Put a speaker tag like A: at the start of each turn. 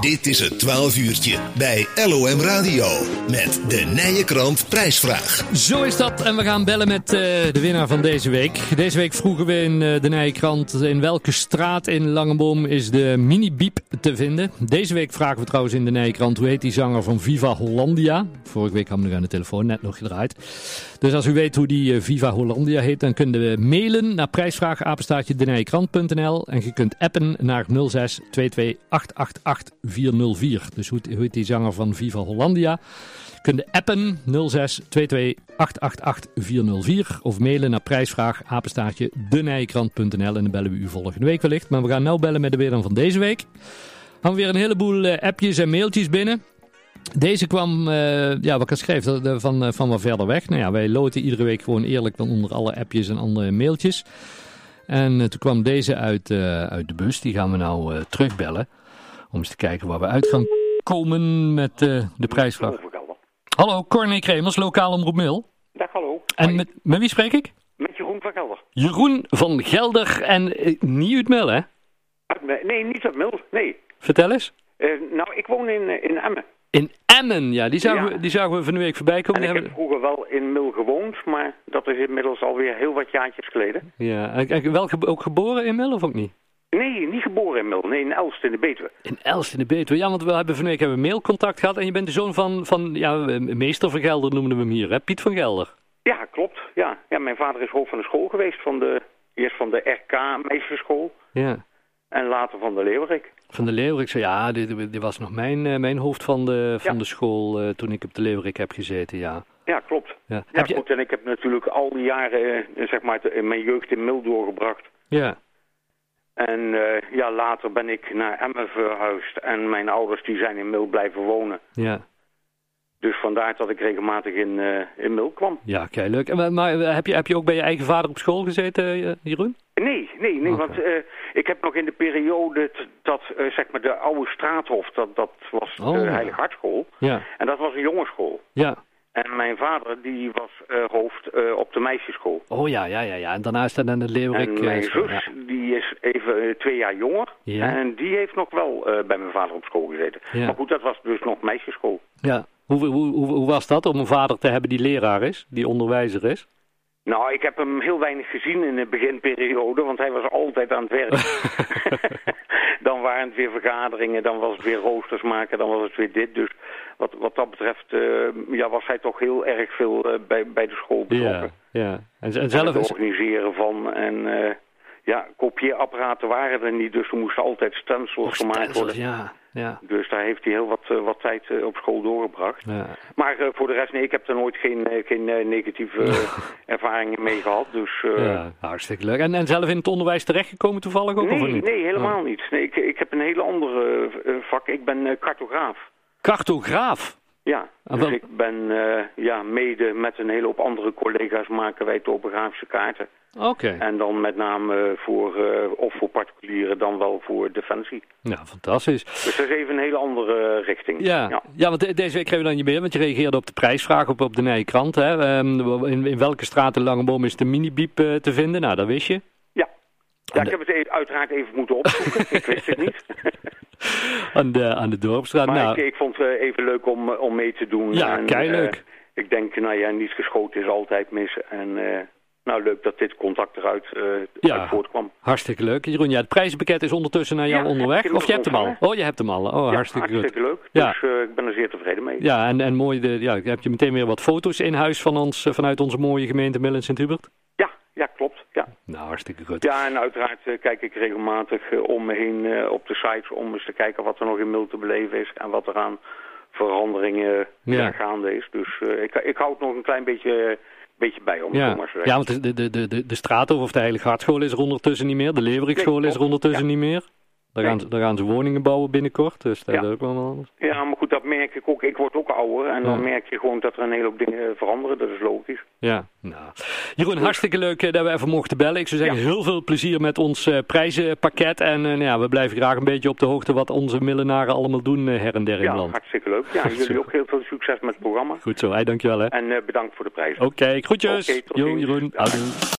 A: Dit is het 12 uurtje bij LOM Radio met de Nijenkrant prijsvraag.
B: Zo is dat. En we gaan bellen met eh, de winnaar van deze week. Deze week vroegen we in eh, de Nijenkrant in welke straat in Langeboom is de mini-biep te vinden. Deze week vragen we trouwens in de Nijenkrant hoe heet die zanger van Viva Hollandia. Vorige week hadden we nog aan de telefoon, net nog gedraaid. Dus als u weet hoe die eh, Viva Hollandia heet, dan kunnen we mailen naar prijsvraagapenstaartje.nl en je kunt appen naar 06 22 888 404. Dus hoe hoe heet die zanger van Viva Hollandia? kunt appen 06 22 888 404 of mailen naar prijsvraag apenstaartje denijkrant.nl en dan bellen we u volgende week wellicht. Maar we gaan nou bellen met de winnaar van deze week. Gaan we weer een heleboel eh, appjes en mailtjes binnen. Deze kwam, eh, ja, wat ik al schreef, dat, eh, van, eh, van wat verder weg. Nou ja, wij loten iedere week gewoon eerlijk dan onder alle appjes en andere mailtjes. En eh, toen kwam deze uit, eh, uit de bus. Die gaan we nou eh, terugbellen. Om eens te kijken waar we uit gaan komen met eh, de prijsvraag.
C: Overgallen.
B: Hallo, Corné Kremers, lokaal omroep Mil.
C: Dag, hallo.
B: En met, met wie spreek ik?
C: Met Jeroen van Gelder.
B: Jeroen van Gelder en eh, niet uit Mil, hè?
C: Uit Me- Nee, niet uit Mil. Nee.
B: Vertel eens.
C: Eh, nou, ik woon in, eh, in Emmen.
B: In Emmen, ja, die zagen,
C: Ja.
B: We, die zagen we van de week voorbij komen.
C: En
B: Die
C: ik heb
B: hebben-
C: vroeger wel in Mil gewoond, maar dat is inmiddels alweer heel wat jaartjes geleden.
B: Ja, en- en wel ge- ook geboren in Mil of ook niet?
C: Nee, niet geboren in Mil. Nee, in Elst in de Betuwe.
B: In Elst in de Betuwe. Ja, want we hebben van de week hebben we mailcontact gehad. En je bent de zoon van, van ja, meester van Gelder noemden we hem hier, hè? Piet van Gelder.
C: Ja, klopt. Ja. ja, mijn vader is hoofd van de school geweest. Van de, eerst van de RK meesterschool
B: Ja.
C: en later van de Leeuwerik.
B: Van de Leeuwerik, zo, ja, die, die- die was nog mijn, eh, mijn hoofd van de, van
C: Ja.
B: de school eh, toen ik op de Leeuwerik heb gezeten, ja.
C: Ja, klopt.
B: Ja,
C: Ja,
B: Heb je-
C: goed. En ik heb natuurlijk al die jaren, eh, zeg maar, te- in mijn jeugd in Mil doorgebracht.
B: ja.
C: En eh, ja, later ben ik naar Emmen verhuisd en mijn ouders die zijn in Mil blijven wonen.
B: ja.
C: Dus vandaar dat ik regelmatig in, eh in Mil kwam.
B: Ja, kei leuk. En, maar- maar eh, heb je, heb je ook bij je eigen vader op school gezeten, eh, Jeroen?
C: Nee, nee, nee,
B: Oké.
C: want eh, ik heb nog in de periode t- dat, eh, zeg maar, de oude straathof, dat, dat was
B: Oh.
C: de Heilig Hartschool.
B: Ja,
C: En dat was een jongensschool.
B: ja.
C: En mijn vader, die was eh, hoofd eh, op de meisjesschool.
B: Oh ja, ja, ja, ja. En daarna is dat aan de Leeuwerik.
C: en
B: eh,
C: mijn
B: school,
C: zus,
B: ja.
C: die is even eh, twee jaar jonger.
B: Ja.
C: En die heeft nog wel eh, bij mijn vader op school gezeten.
B: Ja.
C: Maar goed, dat was dus nog meisjesschool.
B: Ja. Hoe, hoe, hoe, hoe was dat om een vader te hebben die leraar is, die onderwijzer is?
C: Nou, ik heb hem heel weinig gezien in de beginperiode, want hij was altijd aan het werk. dan waren het weer vergaderingen, dan was het weer roosters maken, dan was het weer dit. Dus wat, wat dat betreft eh, ja, was hij toch heel erg veel eh, bij, bij de school
B: ja,
C: betrokken.
B: ja. En, en
C: En
B: zelf
C: het
B: is...
C: organiseren van en eh, ja, kopieerapparaten waren er niet, dus er moesten altijd stencils
B: Oh,
C: gemaakt
B: stencils,
C: worden.
B: Ja, ja.
C: Dus daar heeft hij heel wat, eh, wat tijd eh, op school doorgebracht.
B: ja.
C: Maar eh, voor de rest, nee, ik heb er nooit geen, eh, geen eh, negatieve eh, ervaringen mee gehad. Dus eh,
B: Ja, hartstikke leuk. En, en zelf in het onderwijs terechtgekomen toevallig ook? of
C: Nee,
B: niet? Oh.
C: nee, helemaal niet. Nee, ik, ik heb een hele andere eh, vak. Ik ben eh, cartograaf.
B: Cartograaf.
C: Ja,
B: Ah,
C: dus
B: wel-
C: ik ben eh, ja, mede met een hele hoop andere collega's maken wij topografische kaarten.
B: Oké.
C: En dan met name eh, voor, eh, of voor particulieren dan wel voor defensie.
B: Nou, fantastisch.
C: Dus dat is even een hele andere eh, richting.
B: Ja, ja.
C: ja.
B: want de- deze week kregen we dan je meer, want je reageerde op de prijsvraag op, op de Nije Krant. Hè? Ehm, in, in welke straat in Langeboom is de minibiep eh, te vinden? Nou, dat wist je.
C: Ja. Ja, ik heb het e- uiteraard even moeten opzoeken. ik wist het niet.
B: Aan de, aan de dorpstraat.
C: Maar
B: nou,
C: ik, ik vond het eh, even leuk om, eh, om mee te doen.
B: Ja,
C: En,
B: keileuk.
C: eh, ik denk, nou ja, niet geschoten is altijd mis. En eh, nou, leuk dat dit contact eruit eh,
B: Ja.
C: uit voortkwam.
B: hartstikke leuk. Jeroen, ja, het prijzenpakket is ondertussen naar jou
C: Ja, ik
B: onderweg.
C: heb
B: Of je
C: hem
B: hebt hem al?
C: ontvangen.
B: Oh, je hebt hem al. Oh, hartstikke goed.
C: leuk.
B: Ja.
C: Dus eh, ik ben er zeer tevreden mee.
B: Ja, en, en mooi, de, ja, heb je meteen weer wat foto's in huis van ons, eh, vanuit onze mooie gemeente Mill en Sint-Hubert?
C: ja, ja, klopt. Ja.
B: Nou, hartstikke goed.
C: ja, en uiteraard eh, kijk ik regelmatig eh, om me heen eh, op de sites... om eens te kijken wat er nog in Mil te beleven is... en wat er aan veranderingen
B: Ja.
C: ja, gaande is. Dus eh, ik, ik hou het nog een klein beetje, beetje bij, om het zo
B: Ja,
C: maar te zeggen.
B: ja want de, de, de, de, de Straathof of de Heilige Hartschool is er ondertussen niet meer. De Leeuwerikschool
C: Nee,
B: is er ondertussen niet meer. Daar,
C: Nee.
B: gaan ze, daar gaan ze woningen bouwen binnenkort, dus dat
C: Ja.
B: is ook wel anders.
C: Ja, maar goed, dat merk ik ook. Ik word ook ouder en
B: Ja.
C: dan merk je gewoon dat er een hele hoop dingen veranderen. Dat is logisch.
B: Ja, nou. Jeroen, hartstikke leuk eh, dat we even mochten bellen. Ik zou zeggen, heel veel plezier met ons eh, prijzenpakket. En eh, nou ja, we blijven graag een beetje op de hoogte wat onze millenaren allemaal doen eh, her en der in
C: Ja,
B: het land.
C: hartstikke leuk. Ja, jullie ook heel veel succes met het programma.
B: Goed zo, hey, dankjewel hè.
C: En eh, bedankt voor de prijs.
B: Oké, groetjes.
C: Oké, tot
B: Jo,
C: ziens.
B: Jeroen,
C: Dag.
B: adieu.